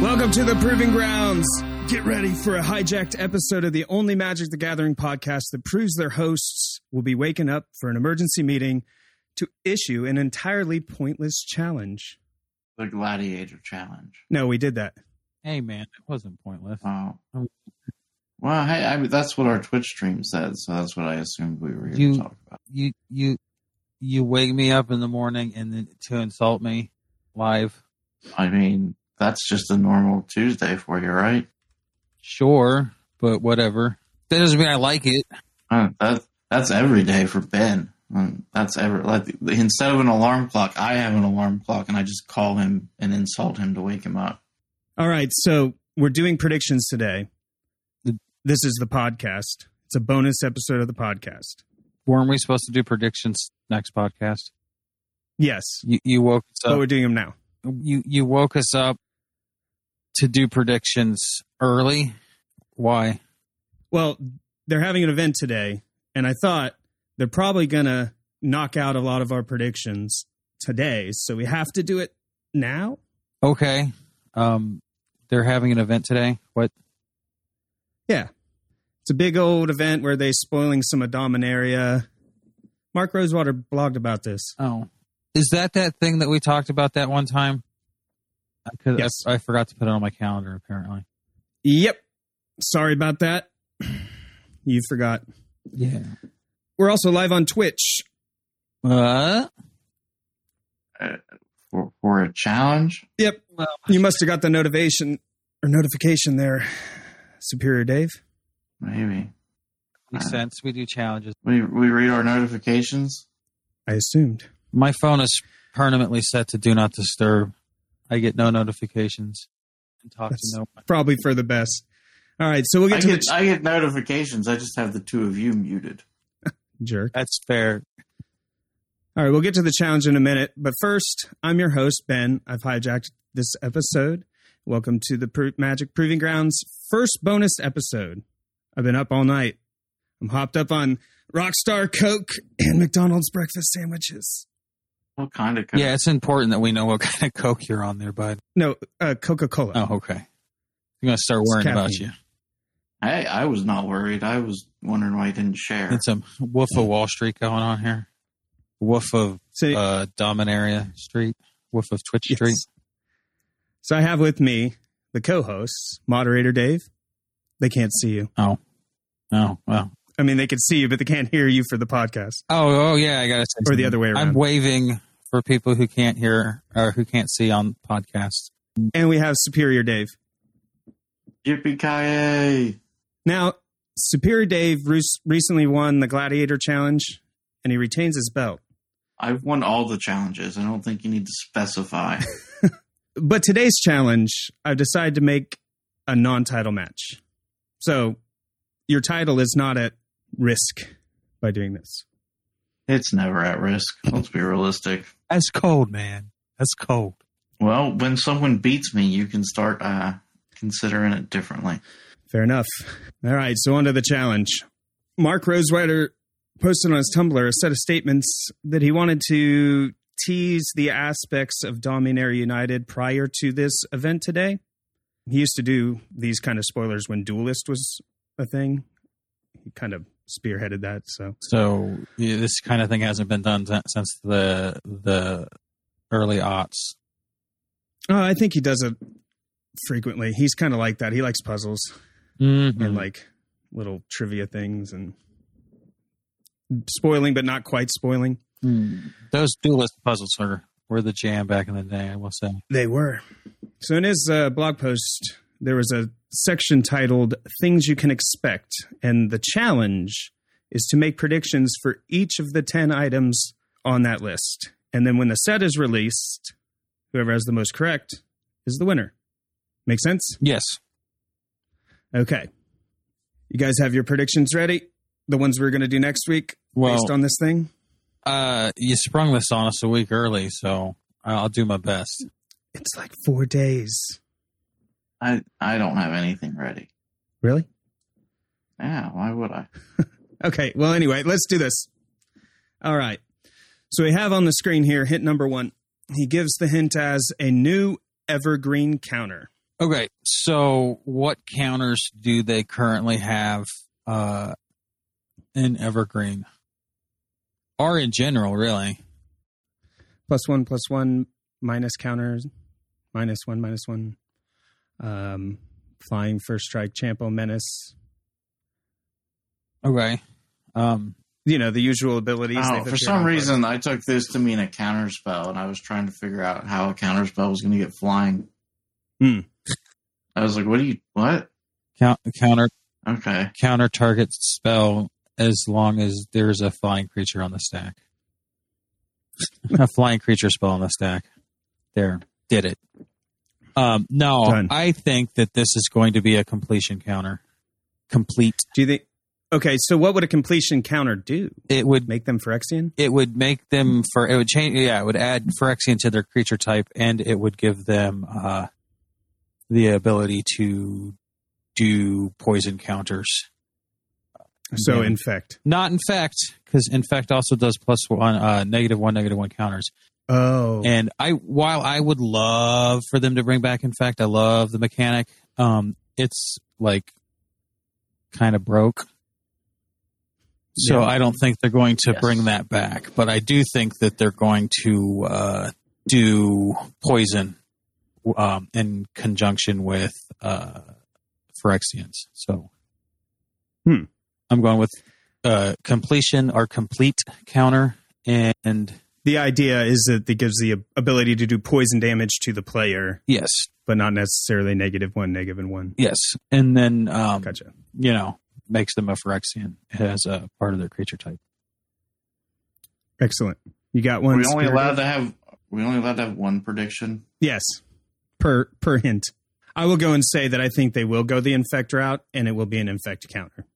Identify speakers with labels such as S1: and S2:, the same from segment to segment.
S1: Welcome to the Proving Grounds. Get ready for a hijacked episode of the only Magic the Gathering podcast that proves their hosts will be waking up for an emergency meeting to issue an entirely pointless challenge.
S2: The Gladiator Challenge.
S1: No, we did that.
S3: Hey man, it wasn't pointless.
S2: Oh. Well, hey, I, that's what our Twitch stream said, so that's what I assumed we were here
S3: You-
S2: to talk about.
S3: You you you wake me up in the morning and then to insult me live.
S2: I mean, that's just a normal Tuesday for you, right?
S3: Sure, but whatever. That doesn't mean I like it.
S2: Uh, That that's every day for Ben. Um, That's ever like instead of an alarm clock, I have an alarm clock, and I just call him and insult him to wake him up.
S1: All right, so we're doing predictions today. This is the podcast. It's a bonus episode of the podcast.
S3: Weren't we supposed to do predictions next podcast?
S1: Yes,
S3: You you woke us
S1: but
S3: up.
S1: we're doing them now.
S3: You you woke us up to do predictions early. Why?
S1: Well, they're having an event today, and I thought they're probably going to knock out a lot of our predictions today, so we have to do it now.
S3: Okay. Um, they're having an event today. What?
S1: It's a big old event where they spoiling some of Dominaria. Mark Rosewater blogged about this.
S3: Oh, is that that thing that we talked about that one time? Because
S1: Yes.
S3: I, I forgot to put it on my calendar. Apparently.
S1: Yep. Sorry about that. You forgot.
S3: Yeah.
S1: We're also live on Twitch.
S3: Uh,
S2: For, for a challenge,
S1: Yep.
S3: Well-
S1: you must have got the notification or notification there, Superior Dave.
S2: maybe
S3: makes sense. We do challenges.
S2: we we read our notifications.
S1: I assumed.
S3: My phone is permanently set to do not disturb. I get no notifications and talk
S1: That's-
S3: to no one.
S1: Probably for the best. All right, so we'll
S2: I
S1: get to
S2: get
S1: the
S2: I get notifications. I just have the two of you muted.
S1: ch- jerk.
S3: That's fair.
S1: All right, we'll get to the challenge in a minute, but first, I'm your host Ben. I've hijacked this episode. Welcome to the Pro- Magic Proving Grounds first bonus episode. I've been up all night. I'm hopped up on Rockstar Coke and McDonald's breakfast sandwiches.
S2: What kind of
S3: Yeah, it's important that we know what kind of coke you're on there, bud.
S1: No, uh, Coca Cola.
S3: Oh, okay. I'm gonna start
S1: It's
S3: worrying about you.
S1: caffeine.
S2: Hey, I was not worried. I was wondering why I didn't share.
S3: It's a woof of Wall Street going on here. Woof of
S1: so,
S3: uh, Dominaria Street. Woof of Twitch Street.
S1: Yes. So I have with me the co-hosts, moderator Dave. They can't see you.
S3: Oh, wow.
S1: I mean, they can see you, but they can't hear you for the podcast.
S3: Oh, oh yeah. I got to say.
S1: Or the other way around.
S3: I'm waving for people who can't hear or who can't see on podcasts.
S1: And we have Superior Dave.
S2: Yippee ki
S1: Now, Superior Dave re- recently won the Gladiator Challenge, and he retains his belt.
S2: I've won all the challenges. I don't think you need to specify.
S1: But today's challenge, I've decided to make a non-title match. So your title is not at risk by doing this.
S2: it's never at risk. Let's be realistic.
S3: That's cold, man. That's cold.
S2: Well, when someone beats me, you can start uh, considering it differently.
S1: Fair enough. All right, so on to the challenge. Mark Rosewater posted on his Tumblr a set of statements that he wanted to tease the aspects of Dominaria United prior to this event today. He used to do these kind of spoilers when Duelist was a thing. He kind of spearheaded that, so
S3: So yeah, this kind of thing hasn't been done t- since the the early aughts.
S1: oh, I think he does it frequently. He's kind of like that. He likes puzzles
S3: Mm-hmm.
S1: and like little trivia things and spoiling but not quite spoiling. Hmm.
S3: Mm. Those duelist puzzles are, were the jam back in the day, I will say.
S1: They were. So in his uh, blog post, there was a section titled "Things You Can Expect," and the challenge is to make predictions for each of the ten items on that list. And then when the set is released, whoever has the most correct is the winner. Make sense?
S3: Yes.
S1: Okay. You guys have your predictions ready? The ones we're going to do next week
S3: Well,
S1: based on this thing?
S3: uh, you sprung this on us a week early, so I'll do my best.
S1: It's like four days.
S2: I, I don't have anything ready.
S1: Really?
S2: Yeah, why would I?
S1: Okay. Well, anyway, let's do this. All right. So we have on the screen here hint number one. He gives the hint as a new evergreen counter.
S3: Okay, so what counters do they currently have uh, in Evergreen? Or in general, really?
S1: Plus one, plus one, minus counters, minus one, minus one. Um, flying first strike, champo, menace.
S3: Okay. Um,
S1: You know the usual abilities.
S2: Oh,
S1: they've
S2: for
S1: appeared
S2: some
S1: on cards.
S2: reason, I took this to mean a counter spell, and I was trying to figure out how a counter spell was going to get flying.
S1: Hmm.
S2: I was like, "What do you? What?
S3: count, counter
S2: Okay,
S3: counter target spell as long as there's a flying creature on the stack. a flying creature spell on the stack. There, did it. Um, no,
S1: Done.
S3: I think that this is going to be a completion counter. Complete.
S1: Do you think? Okay, so what would a completion counter do?
S3: It would
S1: Make them Phyrexian?
S3: it would make them for it would change yeah it would add phyrexian to their creature type and it would give them uh the ability to do poison counters
S1: So
S3: Yeah.
S1: infect.
S3: not infect because infect also does plus one uh negative one negative one counters
S1: Oh,
S3: and i while i would love for them to bring back infect i love the mechanic um it's like kind of broke so
S1: Yeah.
S3: i don't think they're going to
S2: Yes.
S3: bring that back but i do think that they're going to uh, do poison um, in conjunction with uh, phyrexians so
S1: Hmm.
S3: i'm going with uh, completion or complete counter and
S1: the idea is that it gives the ability to do poison damage to the player,
S3: yes
S1: but not necessarily negative one, negative one.
S3: Yes, and then um,
S1: Gotcha.
S3: you know makes them a Phyrexian as a part of their creature type.
S1: Excellent. You got
S2: we
S1: one.
S2: we only
S1: Spirit?
S2: allowed to have we only allowed to have one prediction.
S1: Yes, per per hint. I will go and say that I think they will go the infect route, and it will be an infect counter.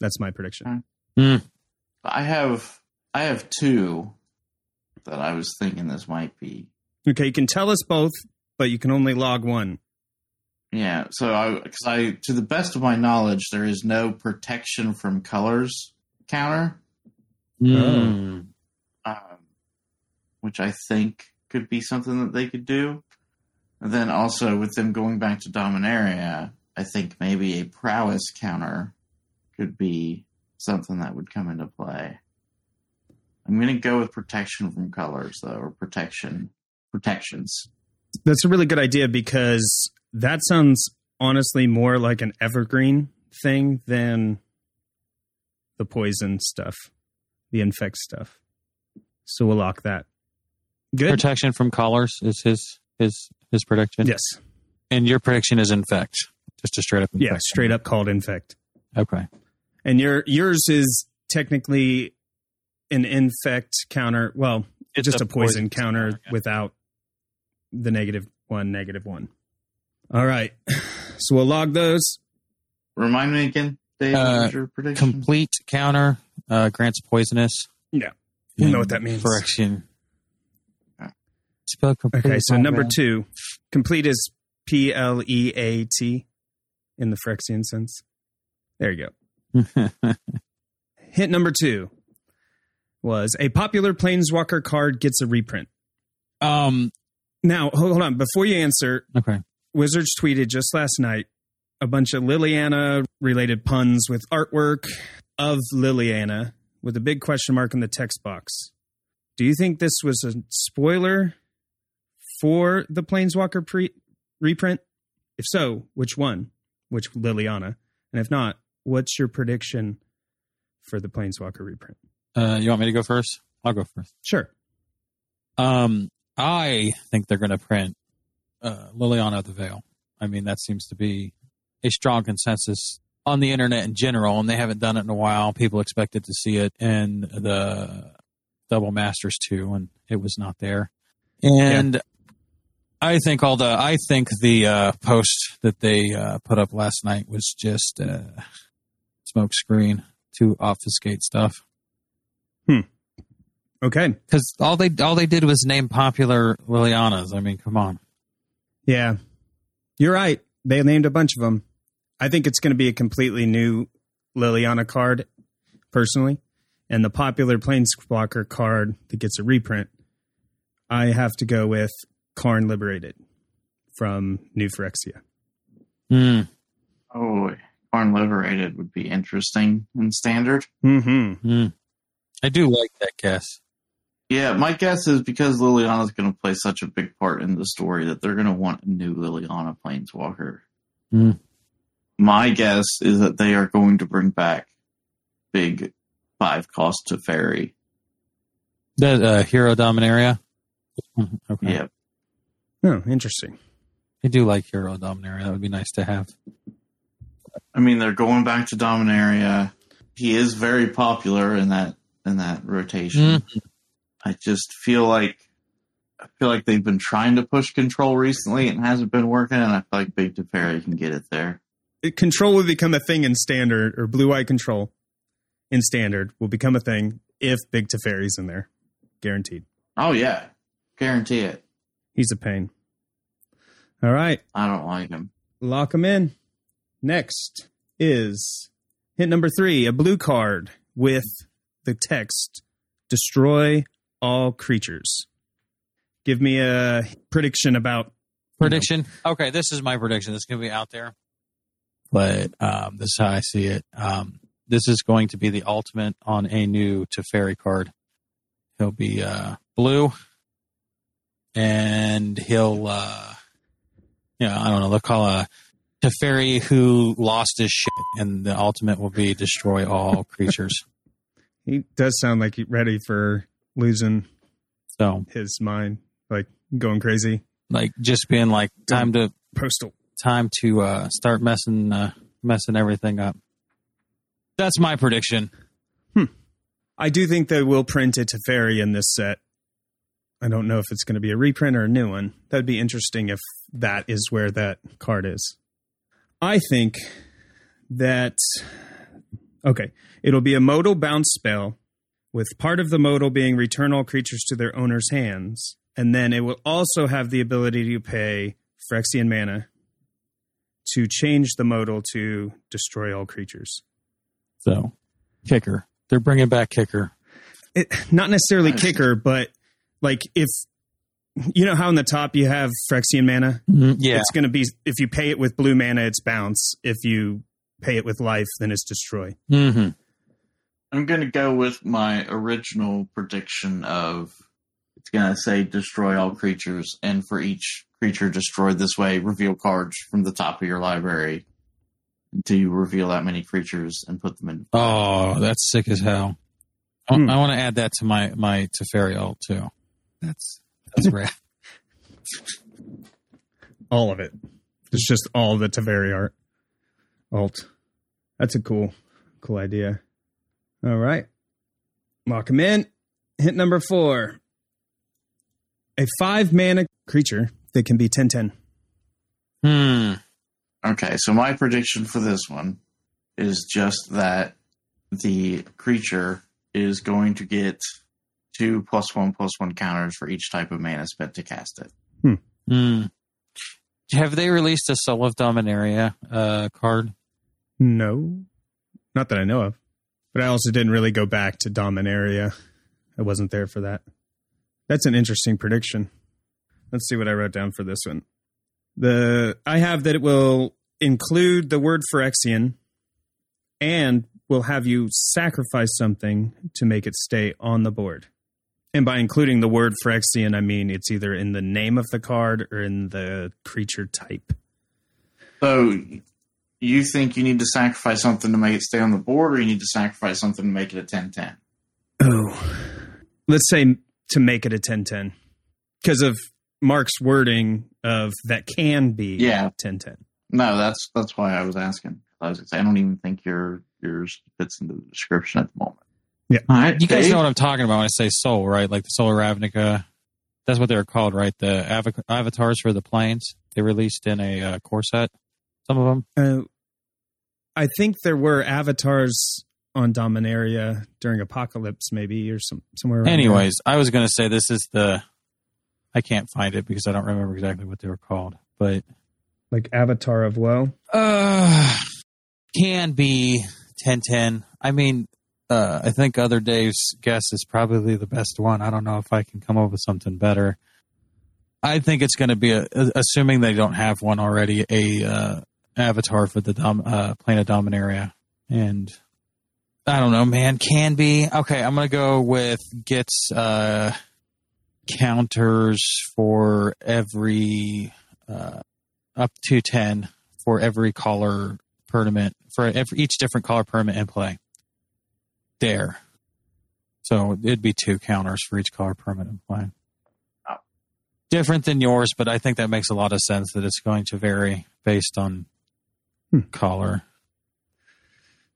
S1: That's my prediction.
S2: I have I have two that I was thinking this might be.
S1: Okay, you can tell us both, but you can only log one.
S2: Yeah, so I because I to the best of my knowledge, there is no protection from colors counter,
S1: Mm.
S2: um, which I think could be something that they could do. And then also with them going back to Dominaria, I think maybe a prowess counter could be something that would come into play. I'm gonna go with protection from colors though, or protection protections.
S1: That's a really good idea because that sounds honestly more like an evergreen thing than the poison stuff, the infect stuff. So we'll lock that. Good.
S3: Protection from collars is his his his prediction.
S1: yes.
S3: and your prediction is infect, just a straight up. Infect.
S1: Yeah. Straight up called infect.
S3: Okay.
S1: And your yours is technically an infect counter. Well,
S3: It's
S1: just a, poison, counter
S3: yeah.
S1: without the negative one, negative one. All right. So we'll log those.
S2: Remind me again, Dave,
S3: Uh,
S2: what was your prediction?
S3: complete counter uh, grants poisonous.
S1: Yeah. You know what that
S3: And
S1: means.
S3: Phyrexian.
S2: Yeah.
S3: Spell complete.
S1: Okay,
S3: is
S1: so
S3: not
S1: number
S3: bad.
S1: two, complete is P L E A T in the Phyrexian sense. There you go. Hit number two was a popular Planeswalker card gets a reprint.
S3: um.
S1: Now, hold hold on. Before you answer,
S3: Okay.
S1: Wizards tweeted just last night a bunch of Liliana related puns with artwork of Liliana with a big question mark in the text box. Do you think this was a spoiler for the Planeswalker pre- reprint? If so, which one? Which Liliana? And if not, what's your prediction for the Planeswalker reprint?
S3: Uh, you want me to go first? I'll go first.
S1: Sure.
S3: Um, I think they're going to print uh, Liliana of the Veil. I mean, that seems to be a strong consensus on the internet in general, and they haven't done it in a while. People expected to see it in the Double Masters too, and it was not there. And I think all the I think the uh, post that they uh, put up last night was just uh, smoke screen to obfuscate stuff
S1: Okay.
S3: because all they all they did was name popular Lilianas. I mean, come on.
S1: Yeah. You're right. They named a bunch of them. I think it's going to be a completely new Liliana card, personally. And the popular Planeswalker card that gets a reprint, I have to go with Karn Liberated from New Phyrexia.
S3: Mm,
S2: Oh, corn liberated would be interesting and standard.
S1: Mm-hmm.
S3: mm. I do like that guess.
S2: Yeah, my guess is because Liliana's going to play such a big part in the story that they're going to want a new Liliana Planeswalker.
S3: Hmm.
S2: My guess is that they are going to bring back big five cost to fairy.
S3: That uh, hero dominaria. Okay.
S2: Yeah,
S1: Oh, interesting.
S3: I do like hero dominaria. That would be nice to have.
S2: I mean they're going back to Dominaria. He is very popular in that in that rotation. I just feel like I feel like they've been trying to push control recently and it hasn't been working, and I feel like Big Teferi can get it there.
S1: It- control will become a thing in standard, or blue eye control in standard will become a thing if Big Teferi's in there. Guaranteed.
S2: Oh yeah, guarantee it.
S1: He's a pain. All right.
S2: I don't like him.
S1: Lock them in. Next is hit number three, a blue card with the text destroy all creatures. Give me a prediction about
S3: Prediction. Okay, this is my prediction. This is going to be out there, but um, this is how I see it. Um, this is going to be the ultimate on a new Teferi card. He'll be uh, blue, and he'll, uh, you know, I don't know. They'll call a Teferi who lost his shit, and the ultimate will be destroy all creatures.
S1: he does sound like he's ready for losing
S3: So,
S1: his mind, like going crazy.
S3: like, just being like, time to
S1: Postal.
S3: time to uh, start messing uh, messing everything up. That's my prediction.
S1: I do think they will print a Teferi in this set. I don't know if it's going to be a reprint or a new one. That'd be interesting if that is where that card is. I think that okay, it'll be a modal bounce spell with part of the modal being return all creatures to their owner's hands, and then it will also have the ability to pay Phyrexian mana to change the modal to destroy all creatures.
S3: So, kicker, they're bringing back kicker.
S1: it, not necessarily
S2: Nice.
S1: kicker, but like if you know how in the top you have Phyrexian mana,
S3: Mm-hmm. yeah,
S1: it's going to be if you pay it with blue mana, it's bounce. If you pay it with life, then it's destroy.
S3: hmm
S2: I'm gonna go with my original prediction of it's gonna say destroy all creatures, and for each creature destroyed this way, reveal cards from the top of your library until you reveal that many creatures and put them in.
S3: Oh, that's sick as hell. I,
S1: Hmm.
S3: I want to add that to my my Teferi ult too. That's that's rad.
S1: All of it. It's just all the Taveri art alt. That's a cool, cool idea. All right, lock him in. Hit number four. A five mana creature that can be 10 10.
S3: Hmm.
S2: Okay, so my prediction for this one is just that the creature is going to get two plus one plus one counters for each type of mana spent to cast it.
S3: Hmm. Have they released a Soul of Dominaria uh, card?
S1: No, not that I know of. But I also didn't really go back to Dominaria. I wasn't there for that. That's an interesting prediction. Let's see what I wrote down for this one. The I have that it will include the word Phyrexian and will have you sacrifice something to make it stay on the board. And by including the word Phyrexian, I mean it's either in the name of the card or in the creature type.
S2: So you think you need to sacrifice something to make it stay on the board, or you need to sacrifice something to make it a 10 10?
S1: oh let's say to make it a 1010 because of mark's wording of that can be
S2: Yeah.
S1: 1010
S2: No, that's that's why I was asking. I was gonna say, I don't even think your yours fits into the description at the moment.
S1: Yeah.
S2: All right,
S3: You guys
S2: Dave?
S3: know what I'm talking about when I say soul, right? Like the Solar Ravnica. That's what they're called, right? The avac- avatars for the planes. They released in a uh, core set, some of them.
S1: uh, i think there were avatars on dominaria during apocalypse maybe or some somewhere around there.
S3: Anyways, I was going to say this is the. I can't find it because I don't remember exactly what they were called, but
S1: like avatar of woe
S3: uh, can be 1010. I mean, uh, I think other Dave's guess is probably the best one. I don't know if I can come up with something better. I think it's going to be a, assuming they don't have one already, a uh, avatar for the dom- uh, planet Dominaria, and I don't know, man. Can be okay. I'm gonna go with gets uh, counters for every uh, up to ten for every caller tournament for every, each different caller permit in play. There, so it'd be two counters for each caller permit in play.
S2: Oh.
S3: Different than yours, but I think that makes a lot of sense that it's going to vary based on
S1: Hmm.
S3: caller.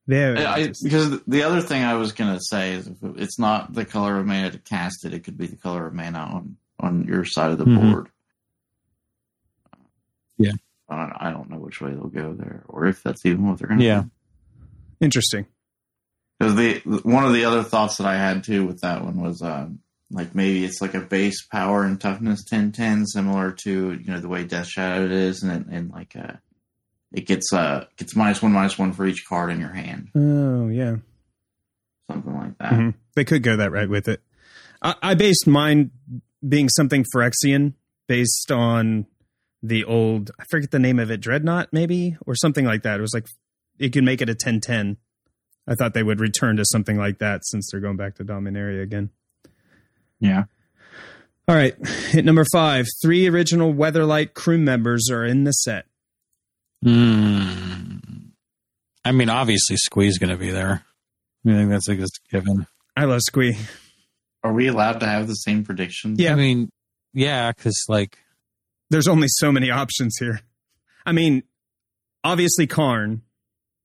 S1: There.
S2: I, I- because the other thing I was gonna say is if it's not the color of mana to cast it; it could be the color of mana on on your side of the
S3: Mhm.
S2: board.
S3: Yeah.
S2: I don't, I don't know which way they'll go there, or if that's even what they're gonna.
S3: Yeah.
S1: Interesting.
S2: Because the one of the other thoughts that I had too with that one was um, like maybe it's like a base power and toughness 10-10, similar to you know the way Death Shadow is, and it, and like uh, it gets uh gets minus one minus one for each card in your hand,
S1: Oh yeah.
S2: something like that.
S1: Mhm. They could go that right with it. I, I based mine being something Phyrexian based on the old I forget the name of it, Dreadnought maybe or something like that. It was like it can make it a 10-10. I thought they would return to something like that since they're going back to Dominaria again.
S2: Yeah.
S1: All right, hit number five. Three original Weatherlight crew members are in the set.
S3: Mm. I mean, obviously, Squee's going to be there. I think that's a just given.
S1: I love Squee.
S2: Are we allowed to have the same prediction?
S1: Yeah.
S3: I mean, yeah, because like,
S1: There's only so many options here. I mean, obviously Karn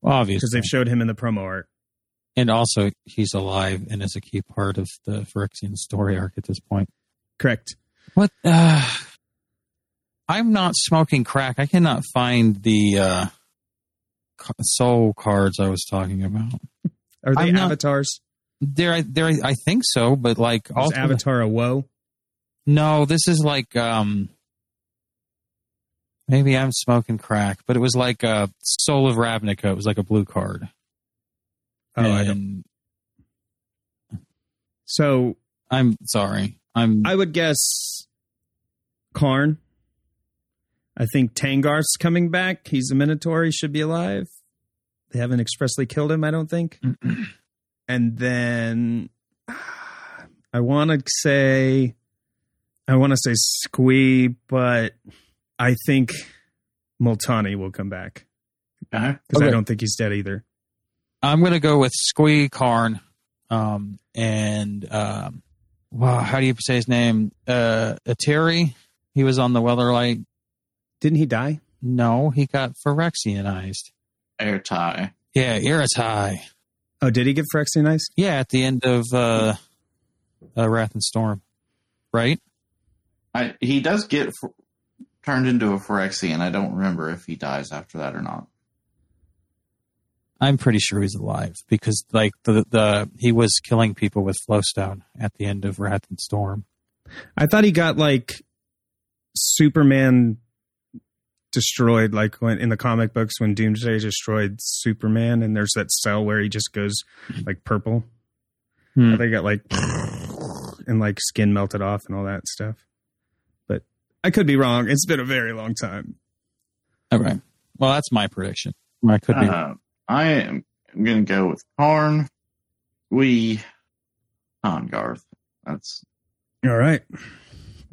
S1: because
S3: obviously,
S1: they've showed him in the promo art.
S3: and also he's alive and is a key part of the Phyrexian story arc at this point.
S1: Correct.
S3: What? Uh, I'm not smoking crack. I cannot find the uh, ca- soul cards I was talking about.
S1: Are they
S3: I'm not-
S1: avatars?
S3: There, there, I think so, but like
S1: Is
S3: also,
S1: Avatar a woe?
S3: no, this is like um, maybe I'm smoking crack, but it was like uh, Soul of Ravnica. It was like a blue card.
S1: Oh, I don't.
S3: And
S1: So
S3: I'm sorry. I'm
S1: I would guess Karn. I think Tangarth's coming back. He's a Minotaur. He should be alive. They haven't expressly killed him, I don't think. and then I want to say, I want to say Squee, but I think Multani will come back
S2: Okay.
S1: because I
S3: Okay.
S1: don't think he's dead either.
S3: I'm gonna go with Squee Carn, um, and um, wow, how do you say his name? Uh, Terry. He was on the Weatherlight.
S1: Didn't he die?
S3: No, he got Phyrexianized.
S2: Air tie.
S3: Yeah, Iratai.
S1: Oh, did he get Phyrexianized?
S3: Yeah, at the end of uh, uh, Wrath and Storm, right?
S2: I, he does get f- turned into a Phyrexian. I don't remember if he dies after that or not.
S3: I'm pretty sure he's alive because like the the he was killing people with Flowstone at the end of Wrath and Storm.
S1: I thought he got like Superman destroyed, like when in the comic books when Doomsday destroyed Superman, and there's that cell where he just goes like purple.
S3: Hmm.
S1: I think it got like and like skin melted off and all that stuff. But I could be wrong. It's been a very long time.
S3: Okay. Well, that's my prediction. I could be.
S2: Uh, I am going to go with Karn. We, Congarth. That's
S1: All right.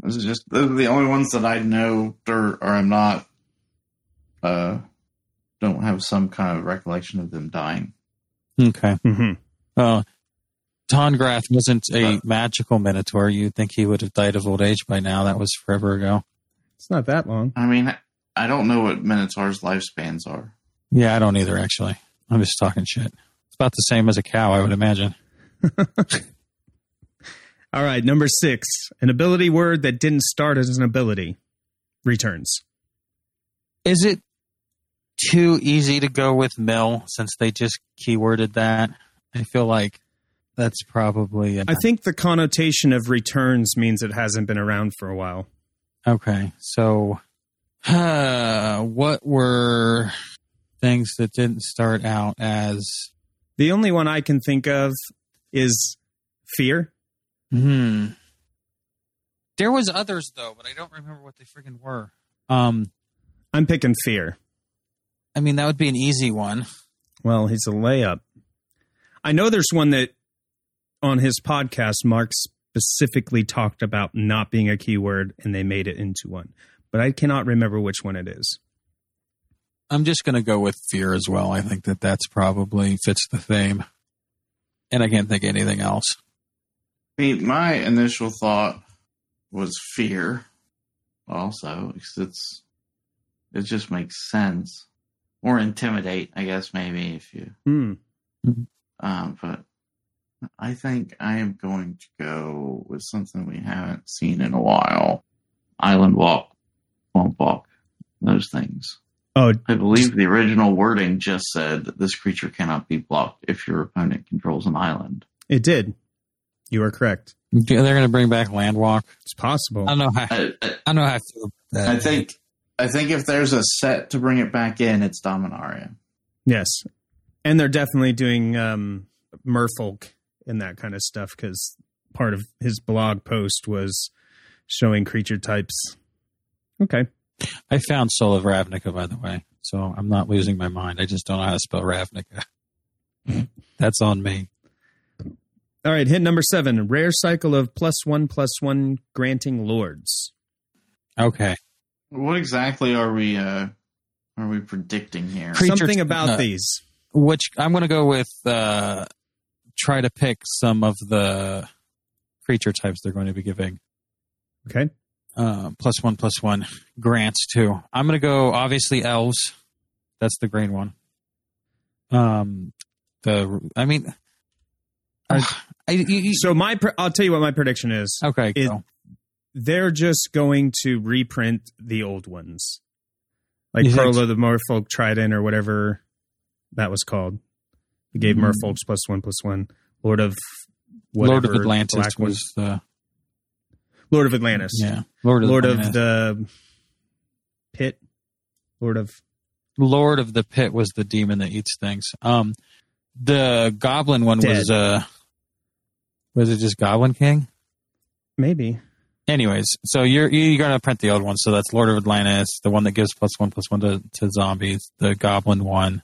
S2: This is just those are the only ones that I know or, or I'm not uh don't have some kind of recollection of them dying.
S3: okay.
S1: hmm
S3: Uh, Tongrath wasn't a
S2: Uh.
S3: magical minotaur. You'd think he would have died of old age by now. That was forever ago.
S1: It's not that long.
S2: I mean, I don't know what Minotaur's lifespans are.
S3: Yeah, I don't either, actually. I'm just talking shit. It's about the same as a cow, I would imagine.
S1: All right. Number six, an ability word that didn't start as an ability returns.
S3: Is it too easy to go with mill since they just keyworded that? I feel like that's probably.
S1: I think the connotation of returns means it hasn't been around for a while.
S3: Okay, so uh, what were things that didn't start out as.
S1: The only one I can think of is fear.
S3: Hmm. There was others though, but I don't remember what they freaking were. Um,
S1: I'm picking fear.
S3: I mean, that would be an easy one.
S1: Well, he's a layup. I know there's one that on his podcast, Mark specifically talked about not being a keyword and they made it into one, but I cannot remember which one it is.
S3: I'm just going to go with fear as well. I think that that's probably fits the theme. And I can't think of anything else.
S2: I mean, my initial thought was fear, also, because it's it just makes sense, or intimidate, I guess maybe if you.
S1: Hmm.
S2: Um, but I think I am going to go with something we haven't seen in a while: island walk, swamp walk, those things.
S1: Oh,
S2: I believe the original wording just said this creature cannot be blocked if your opponent controls an island.
S1: it did. You are correct.
S3: They're going to bring back Landwalk.
S1: It's possible.
S3: I don't know how.
S2: I, I,
S3: I don't know how I feel about that.
S2: I think I think if there's a set to bring it back in, it's Dominaria.
S1: Yes. And they're definitely doing um, merfolk and that kind of stuff because part of his blog post was showing creature types. Okay.
S3: I found Soul of Ravnica, by the way, so I'm not losing my mind. I just don't know how to spell Ravnica.
S2: Mm-hmm.
S3: That's on me.
S1: All right. Hit number seven rare cycle of plus one, plus one granting lords.
S3: Okay.
S2: What exactly are we uh are we predicting here?
S3: Creature-
S1: Something about
S3: uh,
S1: these.
S3: Which I'm going to go with. Uh, try to pick some of the creature types they're going to be giving.
S1: Okay.
S3: Uh, plus one, plus one grants too. I'm going to go obviously elves. That's the green one. Um, the I mean, I, I- you- you-
S1: So my, pre- I'll tell you what my prediction is.
S3: okay.
S1: It-
S3: go.
S1: They're just going to reprint the old ones, like
S3: You think
S1: Pearl of the Merfolk Trident or whatever that was called. It gave
S3: Hmm.
S1: Merfolks plus one plus one. Lord of
S3: Lord of
S1: whatever
S3: Atlantis
S1: black one-
S3: was the
S1: Lord of Atlantis.
S3: yeah. Lord of
S1: Lord
S3: the,
S1: of the pit. Lord of
S3: Lord of the Pit was the demon that eats things. Um, the Goblin one
S1: Dead.
S3: was uh, was it just Goblin King?
S1: maybe.
S3: Anyways, so you're you're gonna print the old one. So that's Lord of Atlantis, the one that gives plus one plus one to, to zombies, the Goblin one,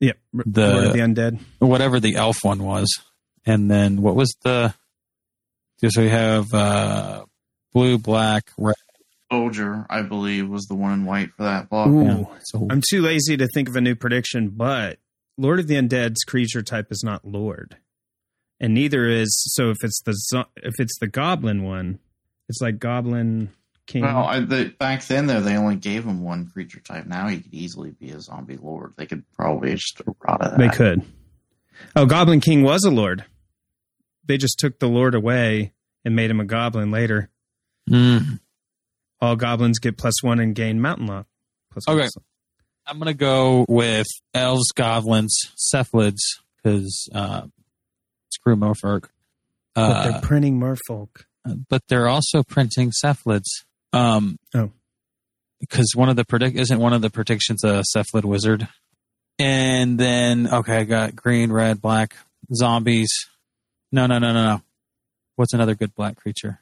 S1: Yep. R-
S3: The-
S1: Lord of the undead.
S3: whatever the Elf one was, and then what was the? So we have uh, blue, black, red.
S2: Soldier, I believe, was the one in white for that block.
S1: Ooh.
S3: Yeah, so
S1: I'm too lazy to think of a new prediction, but Lord of the Undead's creature type is not Lord, and neither is so. If it's the zo- if it's the Goblin one, it's like Goblin King.
S2: Well, I, the, back then though, they only gave him one creature type. Now he could easily be a zombie lord. They could probably just rot it.
S1: they
S2: out.
S1: could. Oh, Goblin King was a Lord. They just took the Lord away and made him a Goblin later.
S3: Mm.
S1: All Goblins get plus one and gain Mountain Lock. Plus one,
S3: Okay.
S1: plus one.
S3: I'm gonna go with elves, goblins, cephalids, because uh, screw Mofurk.
S1: But
S3: Uh,
S1: they're printing merfolk.
S3: but they're also printing cephalids. Um,
S1: Oh.
S3: because one of the predict isn't one of the predictions a cephalid wizard, and then okay, I got green, red, black zombies. No, no, no, no, no. What's another good black creature?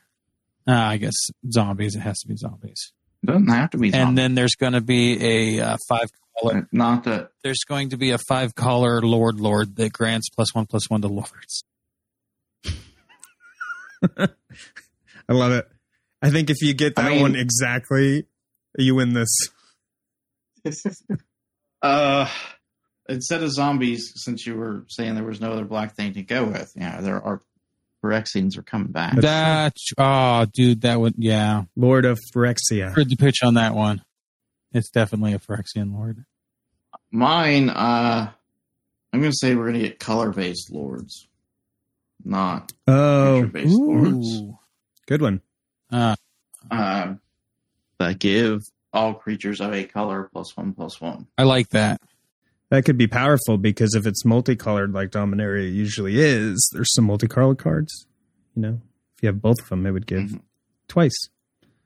S3: Ah, I guess zombies. It has to be zombies.
S2: Doesn't have to be.
S3: And
S2: zombie.
S3: then there's going to be a uh, five color.
S2: not that
S3: There's going to be a five collar lord lord that grants plus one plus one to lords.
S1: I love it. I think if you get
S2: I
S1: that
S2: mean-
S1: one exactly, you win this.
S2: uh, instead of zombies, since you were saying there was no other black thing to go with, yeah, there are Phyrexians are coming back.
S1: That's-
S3: That oh, dude, that would yeah.
S1: Lord of Phyrexia.
S3: heard the pitch on that one. It's definitely a Phyrexian lord.
S2: Mine, uh, I'm going to say we're going to get color based lords, not
S1: Oh,
S2: creature based lords.
S1: good one.
S3: Uh,
S2: Um, that give all creatures of a color plus one plus one.
S3: I like that.
S1: That could be powerful because if it's multicolored like Dominaria usually is, there's some multicolored cards. You know, if you have both of them, it would give
S2: Mhm.
S1: twice.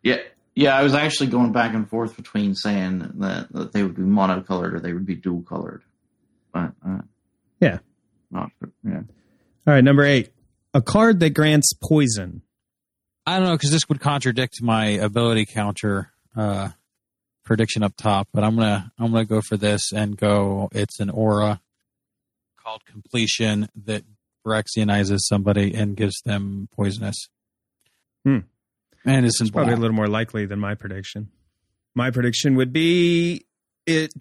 S2: Yeah. Yeah, I was actually going back and forth between saying that, that they would be monocolored or they would be dual colored. But, uh,
S1: Yeah.
S2: Not, yeah.
S1: All right, number eight, a card that grants poison.
S3: I don't know because this would contradict my ability counter uh, prediction up top, but I'm gonna I'm gonna go for this and go. It's an aura called completion that Braxianizes somebody and gives them poisonous.
S1: Hmm.
S3: And it's, in
S1: It's probably a
S3: black.
S1: little more likely than my prediction. My prediction would be it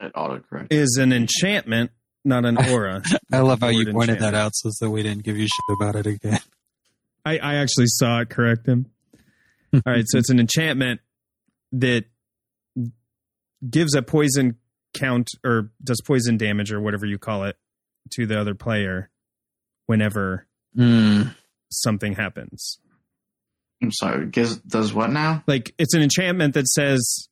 S2: It autocorrect.
S1: is an enchantment, not an aura.
S3: I love how you
S1: Word
S3: pointed that
S1: enchantment.
S3: out so that we didn't give you shit about it again.
S1: I, I actually saw it correct him. All right, so it's an enchantment that gives a poison count or does poison damage or whatever you call it to the other player whenever
S3: Mm.
S1: something happens.
S2: I'm sorry. Gives, does what now?
S1: Like it's an enchantment that says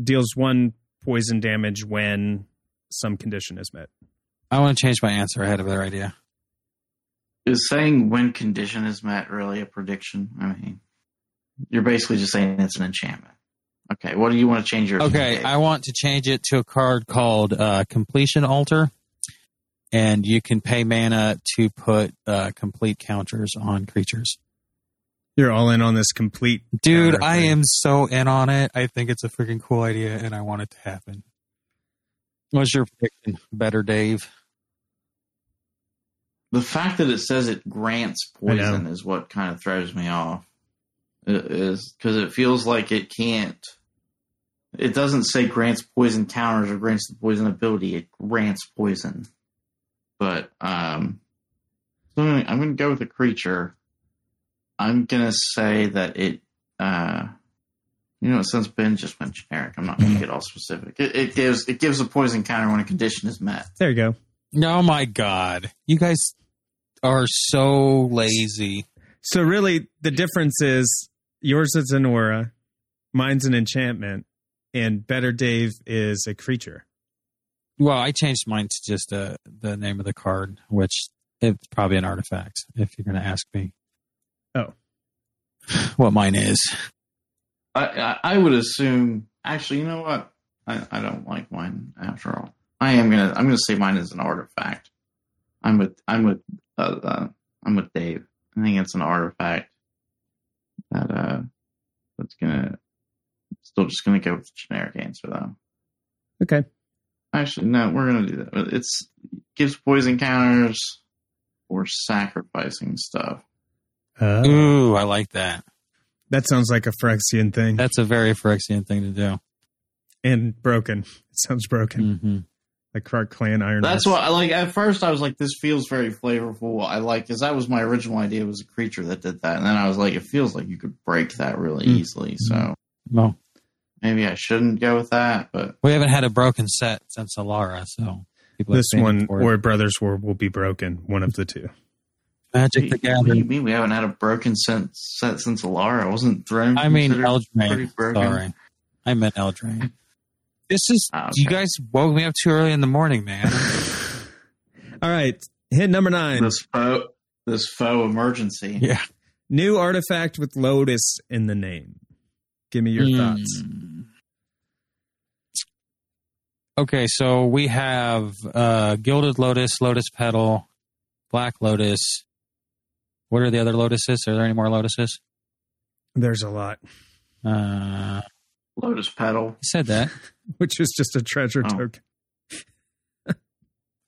S1: deals one poison damage when some condition is met.
S3: I want to change my answer. I had a better idea.
S2: Is saying when condition is met really a prediction? I mean, you're basically just saying it's an enchantment. Okay. What do you want to change your?
S3: Okay, I want to change it to a card called uh, Completion Altar, and you can pay mana to put uh, complete counters on creatures.
S1: You're all in on this complete
S3: Dude,
S1: Counter
S3: I
S1: thing.
S3: am so in on it. I think it's a freaking cool idea, and I want it to happen. What's your prediction? Better, Dave.
S2: the fact that it says it grants
S1: I know.
S2: poison is what kind of throws me off. It is because it feels like it can't. It doesn't say grants poison counters or grants the poison ability. It grants poison. But um, so I'm gonna, I'm gonna go with the creature. I'm gonna say that it. Uh, you know, since Ben just went generic, I'm not
S1: Mm.
S2: gonna get all specific. It, it gives it gives a poison counter when a condition is met.
S1: There you go.
S3: Oh my god, you guys are so lazy.
S1: So really, the difference is yours is an aura, mine's an enchantment, and Better Dave is a creature.
S3: Well, I changed mine to just uh, the name of the card, which it's probably an artifact. If you're going to ask me,
S1: Oh.
S3: what mine is?
S2: I, I, I would assume. Actually, you know what? I, I don't like mine after all. I am gonna. I'm gonna say mine is an artifact. I'm with. I'm with. Uh, uh, I'm with Dave. I think it's an artifact that uh that's gonna still just gonna go with the generic answer though.
S1: Okay.
S2: Actually, no, we're gonna do that. It's gives poison counters or sacrificing stuff.
S3: Ooh, I like that.
S1: Oh. that sounds like a Phyrexian thing.
S3: That's a very Phyrexian thing to do.
S1: and broken. It sounds broken.
S3: hmm
S1: Like Clark Clan Iron.
S2: That's
S1: Fist.
S2: what I like. At first, I was like, "This feels very flavorful." I like because that was my original idea was a creature that did that, and then I was like, "It feels like you could break that really
S3: Mm.
S2: easily." So
S3: Well,
S2: maybe I shouldn't go with that, but
S3: we haven't had a broken set since Alara, so people are
S1: this
S3: standing
S1: one
S3: for it.
S1: or Brothers War will be broken. One of the two.
S3: Magic the
S2: what do you
S3: Gathering.
S2: mean we haven't had a broken set, set since Alara? I wasn't thrown.
S3: I mean
S2: considered pretty
S3: Eldraine.
S2: broken.
S3: Sorry, I meant Eldraine. This is
S2: Oh, okay.
S1: Ah,
S3: you guys woke me up too early in the morning, man.
S1: All right. Hit number nine.
S2: This faux, this faux emergency.
S3: Yeah.
S1: New artifact with Lotus in the name. Give me your
S3: Hmm.
S1: thoughts.
S3: Okay, so we have uh, Gilded Lotus, Lotus Petal, Black Lotus. What are the other lotuses? Are there any more lotuses?
S1: There's a lot,
S3: Uh, I
S2: Lotus petal.
S3: said that.
S1: which is just a treasure
S2: Oh.
S1: token.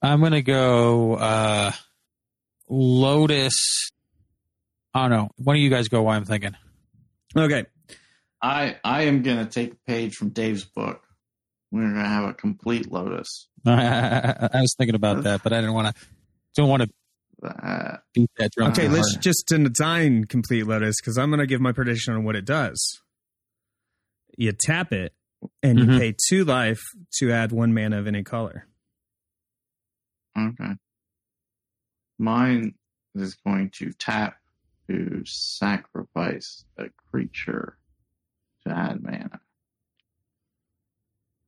S3: I'm going to go uh, Lotus. I don't know. Why don't you guys go while I'm thinking?
S1: Okay.
S2: I I am gonna take a page from Dave's book. We're gonna have a complete lotus.
S3: I was thinking about that, but I didn't want to. Don't want to
S2: Uh,
S3: beat that drum.
S1: Okay,
S3: too
S1: let's
S3: hard.
S1: just design complete lotus because I'm going to give my prediction on what it does. You tap it, and you
S3: Mhm.
S1: pay two life to add one mana of any color.
S2: Okay. Mine is going to tap to sacrifice a creature to add mana.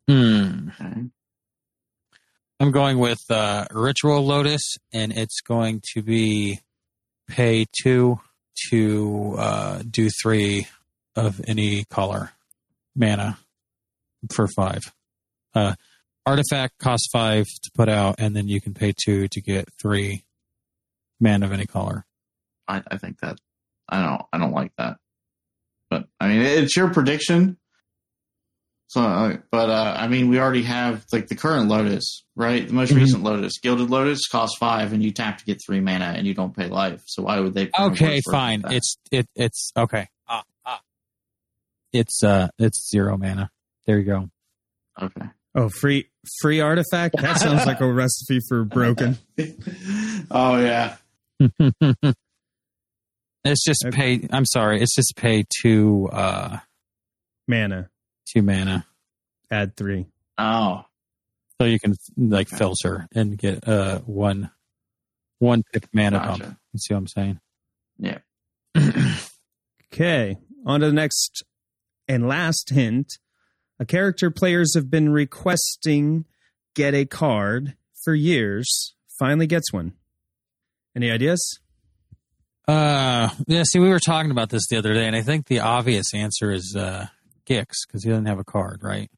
S3: Hmm.
S2: Okay.
S3: I'm going with uh, Ritual Lotus, and it's going to be pay two to uh, do three of any color mana for five. Uh, artifact costs five to put out, and then you can pay two to get three mana of any color.
S2: I, I think that I don't I don't like that. But I mean it's your prediction. So, uh, but uh, I mean, we already have like the current Lotus, right? The most
S3: Mm-hmm.
S1: Mhm.
S2: recent Lotus, Gilded Lotus, costs five, and you tap to get three mana, and you don't pay life. So why would they? promote
S3: Okay,
S2: worse versions
S3: fine.
S2: of that?
S3: It's it it's okay. Ah, ah. It's uh it's zero mana. There you go.
S2: okay.
S1: Oh, free free artifact? That sounds like a recipe for broken.
S2: oh yeah,
S3: it's just
S1: Okay.
S3: pay I'm sorry, it's just pay two uh
S1: Mana,
S3: two mana.
S1: add three.
S2: oh
S3: So you can like filter and get uh one one pick mana bump.
S2: gotcha.
S3: You see what I'm saying?
S2: Yeah.
S1: Okay, on to the next and last hint. A character players have been requesting get a card for years finally gets one. Any ideas?
S3: Uh, yeah. See, we were talking about this the other day, and I think the obvious answer is uh, Gix because he doesn't have a card, right?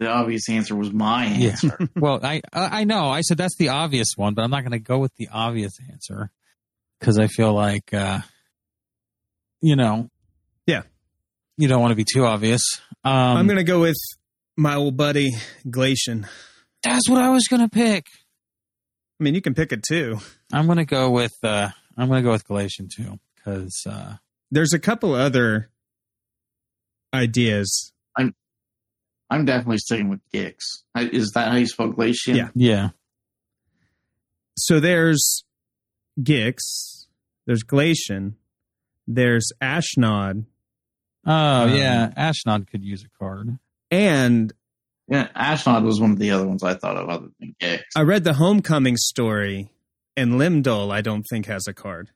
S2: The obvious answer was my
S3: Yeah.
S2: answer.
S3: well, I I I know. I said that's the obvious one, but I'm not going to go with the obvious answer because I feel like, uh, you know,
S1: Yeah.
S3: you don't want to be too obvious. Um,
S1: I'm going to go with my old buddy Glacian.
S3: that's what I was going to pick.
S1: I mean, you can pick it too.
S3: I'm going to go with uh, I'm going to go with Galatian too because uh,
S1: There's a couple other ideas.
S2: I'm definitely sticking with Gix. I- Is that how you spell Glacian?
S1: Yeah.
S3: yeah,
S1: So there's Gix, there's Glacian, there's Ashnod,
S3: oh
S1: Um,
S3: yeah, Ashnod could use a card.
S1: and
S2: Yeah, Ashnod was one of the other ones I thought of other than Gix.
S1: I read the Homecoming story, and Limdol, I don't think, has a card.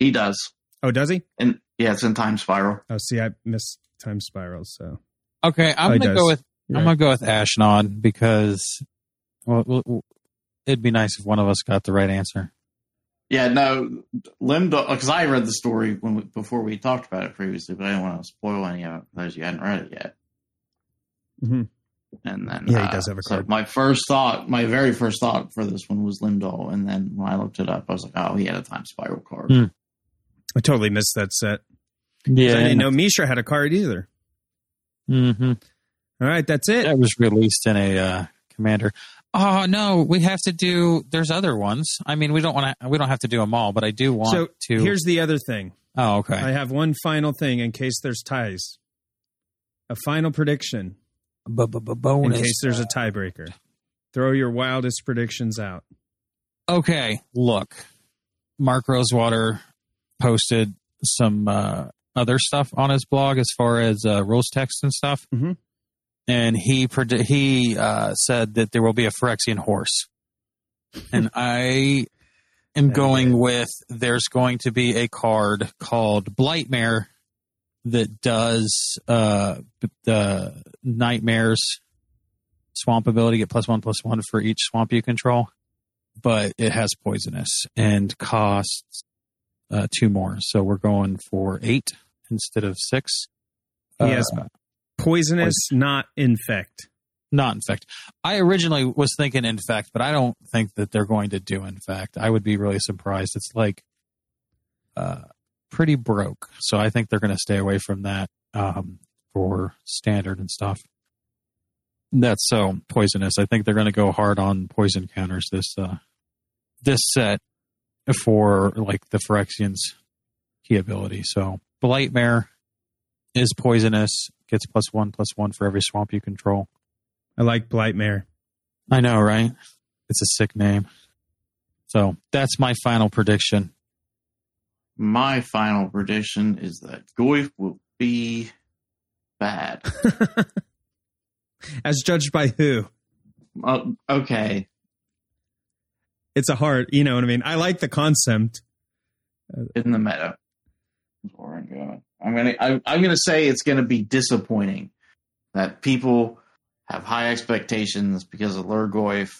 S2: He does.
S1: Oh, does he?
S2: And yeah, it's in Time Spiral.
S1: Oh, see, I missed Time Spiral, so.
S3: Okay,
S1: Oh,
S3: I'm
S1: he
S3: going to
S1: does.
S3: go with.
S1: You're
S3: I'm
S1: right.
S3: gonna go with Ashnod because well, well, well, it'd be nice if one of us got the right answer.
S2: Yeah, no, Limdor, because I read the story when we, before we talked about it previously, but I didn't want to spoil any of it for those you hadn't read it yet.
S1: Mhm.
S2: And then,
S1: Yeah, he
S2: uh,
S1: does have a
S2: so
S1: card.
S2: my first thought, my very first thought for this one was Limdol, and then when I looked it up, I was like, oh, he had a time spiral card.
S3: Hmm.
S1: I totally missed that set. 'Cause
S3: Yeah,
S1: I didn't know Misha had a card either. Mm-hmm.
S3: hmm
S1: All right, that's it.
S3: that was released in a uh, commander. Oh no, we have to do. There's other ones. I mean, we don't want to. We don't have to do them all, but I do want
S1: So
S3: to.
S1: here's the other thing.
S3: oh, okay.
S1: I have one final thing in case there's ties. A final prediction
S3: Bu- bu- bu-
S1: in
S3: bonus.
S1: case there's a tiebreaker. Throw your wildest predictions out.
S3: okay, look, Mark Rosewater posted some uh, other stuff on his blog as far as uh, rules text and stuff,
S1: Mhm.
S3: and he predi- he uh, said that there will be a Phyrexian horse, and I am
S1: Very
S3: going
S1: good.
S3: with there's going to be a card called Blightmare that does uh, b- the nightmares swamp ability get plus one plus one for each swamp you control but it has poisonous and costs uh, two more. So we're going for eight instead of six.
S1: He has
S3: Uh,
S1: Poisonous, not infect.
S3: not infect. I originally was thinking infect, but I don't think that they're going to do infect. I would be really surprised. It's like uh, pretty broke. So I think they're going to stay away from that um, for standard and stuff. That's so poisonous. I think they're going to go hard on poison counters this uh, this set for like the Phyrexian's key ability. So Blightmare is poisonous. Gets plus one, plus one for every swamp you control.
S1: I like Blightmare.
S3: I know, right? It's a sick name. So that's my final prediction.
S2: My final prediction is that Goyf will be bad.
S1: As judged by who?
S2: uh, okay,
S1: It's a hard, you know what I mean? I like the concept.
S2: in the meta. That's where I'm going. I'm gonna I, I'm gonna say it's gonna be disappointing that people have high expectations because of Lurgoyf,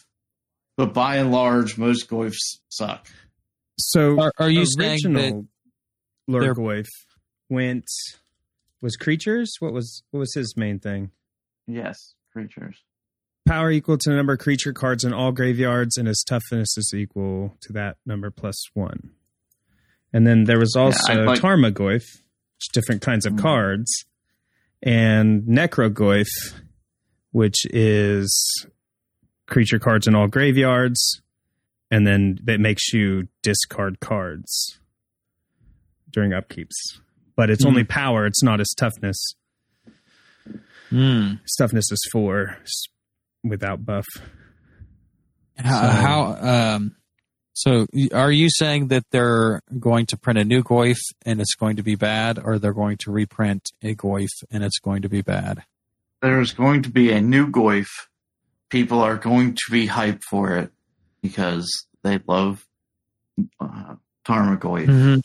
S2: but by and large, most Goyfs suck.
S1: So
S3: Are, are you saying that?
S1: original Lurgoyf went was creatures? What was what was his main thing?
S2: Yes, creatures.
S1: Power equal to the number of creature cards in all graveyards, and his toughness is equal to that number plus one. And then there was also
S2: I'd like-
S1: Tarmogoyf, which is different kinds of
S2: Hmm.
S1: cards, and Necrogoyf, which is creature cards in all graveyards, and then that makes you discard cards during upkeeps. But it's
S3: Hmm.
S1: only power; it's not as toughness.
S3: Hmm.
S1: Its toughness is four s- without buff.
S3: How,
S1: So-
S3: how um so y- are you saying that they're going to print a new goif and it's going to be bad or they're going to reprint a goif and it's going to be bad?
S2: There's going to be a new Goif. People are going to be hyped for it because they love uh, Karma Goif.
S3: Mm-hmm.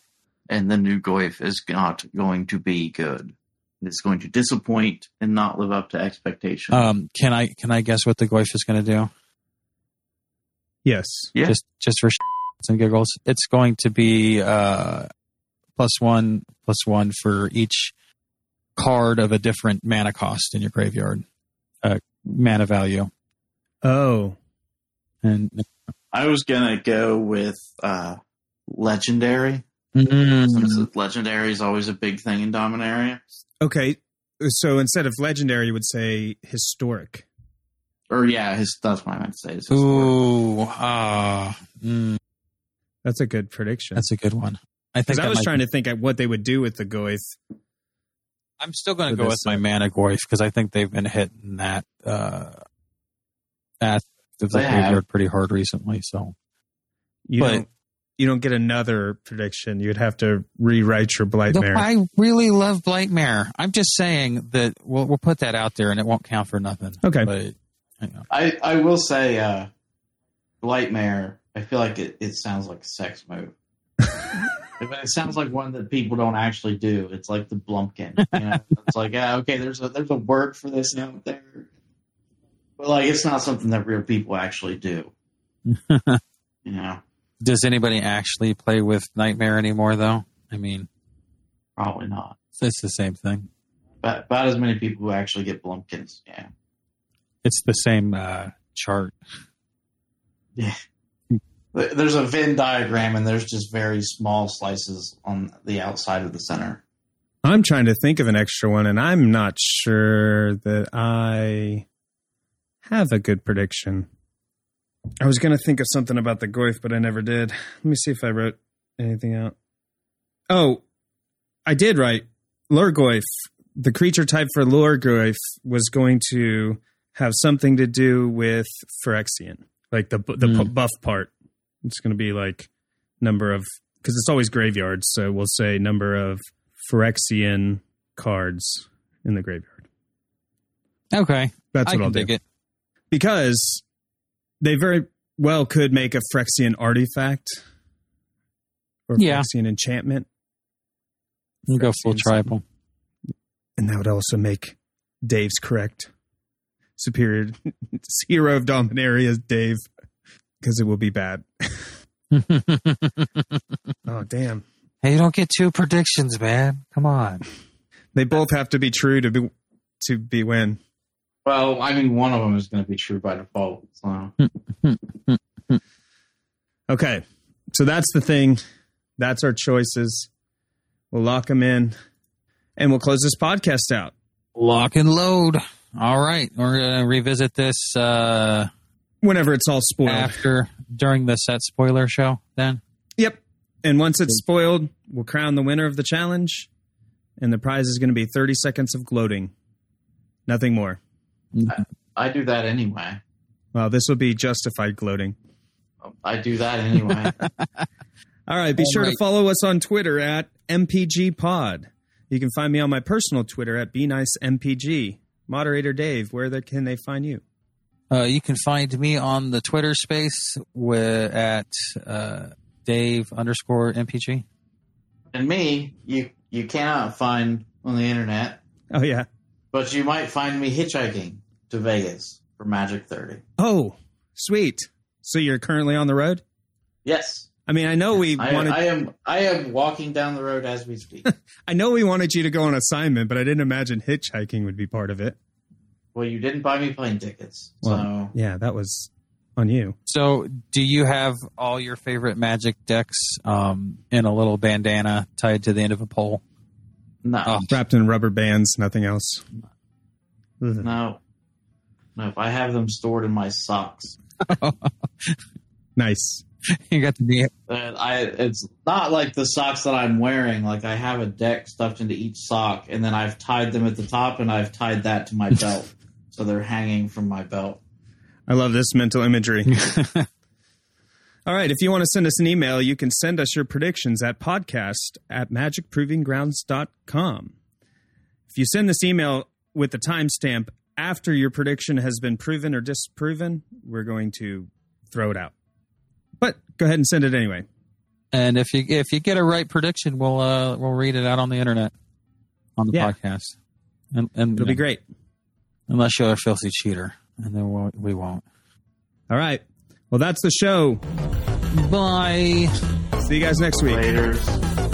S2: and the new Goif is not going to be good. It's going to disappoint and not live up to expectation.
S3: Um can I can I guess what the goif is going to do?
S1: Yes.
S2: Yeah.
S3: Just just for and giggles. It's going to be uh plus 1 plus 1 for each card of a different mana cost in your graveyard. Uh mana value.
S1: Oh,
S3: And
S2: I was gonna go with uh, legendary.
S1: Mm-hmm.
S2: Since legendary is always a big thing in Dominaria,
S1: okay. So instead of legendary, you would say historic.
S2: or yeah, his, that's what I meant to say. It's his story.
S3: Ooh, ah, mm,
S1: That's a good prediction.
S3: that's a good one. I think
S1: Because I
S3: that
S1: was
S3: might
S1: trying
S3: be-
S1: to think at what they would do with the Goyth.
S3: I'm still going to
S1: for
S3: go with
S1: this,
S3: my
S1: uh,
S3: mana goif because I think they've been hitting that uh, at the
S2: They have.
S3: graveyard pretty hard recently. So
S1: You
S3: But-
S1: don't, you don't get another prediction. You'd have to rewrite your Blightmare.
S3: I really love Blightmare. I'm just saying that we'll, we'll put that out there and it won't count for nothing.
S1: okay.
S3: But you know,
S2: I I will say, uh, Blightmare. I feel like it, it sounds like a sex move. But it sounds like one that people don't actually do. It's like the Blumpkin. You know? it's like, ah, okay, there's a there's a word for this out there, but like it's not something that real people actually do. You know,
S3: does anybody actually play with Nightmare anymore? Though I mean,
S2: probably not.
S3: it's the same thing.
S2: But about as many people who actually get Blumpkins. Yeah,
S3: It's the same uh, chart.
S2: There- there's a Venn diagram, and there's just very small slices on the outside of the center.
S1: I'm trying to think of an extra one, and I'm not sure that I have a good prediction. I was going to think of something about the Goyth, but I never did. Let me see if I wrote anything out. Oh, I did write Lurgoyf. The creature type for Lurgoyf was going to have something to do with Phyrexian, like the the
S3: Hmm.
S1: buff part. It's going to be like number of because it's always graveyards, so we'll say number of Phyrexian cards in the graveyard.
S3: Okay,
S1: That's
S3: I
S1: what
S3: can
S1: I'll do
S3: dig it.
S1: because they very well could make a Phyrexian artifact or
S3: Yeah.
S1: Phyrexian enchantment,
S3: You can go full
S1: Phyrexian
S3: tribal.
S1: and that would also make Dave's correct superior It's hero of Dominaria Dave because it will be bad. Oh damn!
S3: Hey, you don't get two predictions, man. Come on.
S1: They both have to be true to be to be win.
S2: Well, I mean, one of them is going to be true by default. So
S1: Hmm. Okay, so that's the thing. That's our choices. We'll lock them in, and we'll close this podcast out.
S3: Lock and load. All right. We're going to revisit this uh,
S1: Whenever it's all spoiled.
S3: Ah. after, during the set spoiler show then.
S1: Yep. And once it's spoiled, we'll crown the winner of the challenge, and the prize is going to be 30 seconds of gloating. Nothing more.
S2: I do that anyway.
S1: Well, this will be justified gloating.
S2: I do that anyway.
S1: All right. Be
S3: All
S1: sure to
S3: right.
S1: follow us on Twitter at MPG Pod. You can find me on my personal Twitter at BeNiceMPG. Moderator Dave, where the, can they find you?
S3: Uh, you can find me on the Twitter space wi- at uh, Dave underscore MPG.
S2: and me, you you cannot find on the internet,
S1: Oh, yeah.
S2: but you might find me hitchhiking to Vegas for Magic Thirty.
S1: Oh, sweet. So you're currently on the road?
S2: Yes,
S1: I mean, I know we
S2: I,
S1: wanted
S2: I am. I am walking down the road as we speak.
S1: I know we wanted you to go on assignment, but I didn't imagine hitchhiking would be part of it.
S2: well, you didn't buy me plane tickets,
S1: Well,
S2: so
S1: yeah, that was on you.
S3: So, do you have all your favorite magic decks um, in a little bandana tied to the end of a pole?
S2: No,
S3: Oh.
S1: wrapped in rubber bands, nothing else. Ugh.
S2: no, no. If I have them stored in my socks,
S1: Nice.
S3: you got the knee.
S2: and I it's not like the socks that I'm wearing. Like I have a deck stuffed into each sock, and then I've tied them at the top, and I've tied that to my belt, so they're hanging from my belt.
S1: I love this mental imagery. All right. If you want to send us an email, you can send us your predictions at podcast at magicprovinggrounds.com. If you send this email with the timestamp after your prediction has been proven or disproven, we're going to throw it out. But go ahead and send it anyway.
S3: And if you if you get a right prediction, we'll uh we'll read it out on the internet, on the
S1: Yeah.
S3: podcast, and and
S1: It'll be great.
S3: unless you're a filthy cheater, and then we'll, we won't.
S1: All right. Well, that's the show.
S3: Bye.
S1: See you guys next week.
S2: Laters.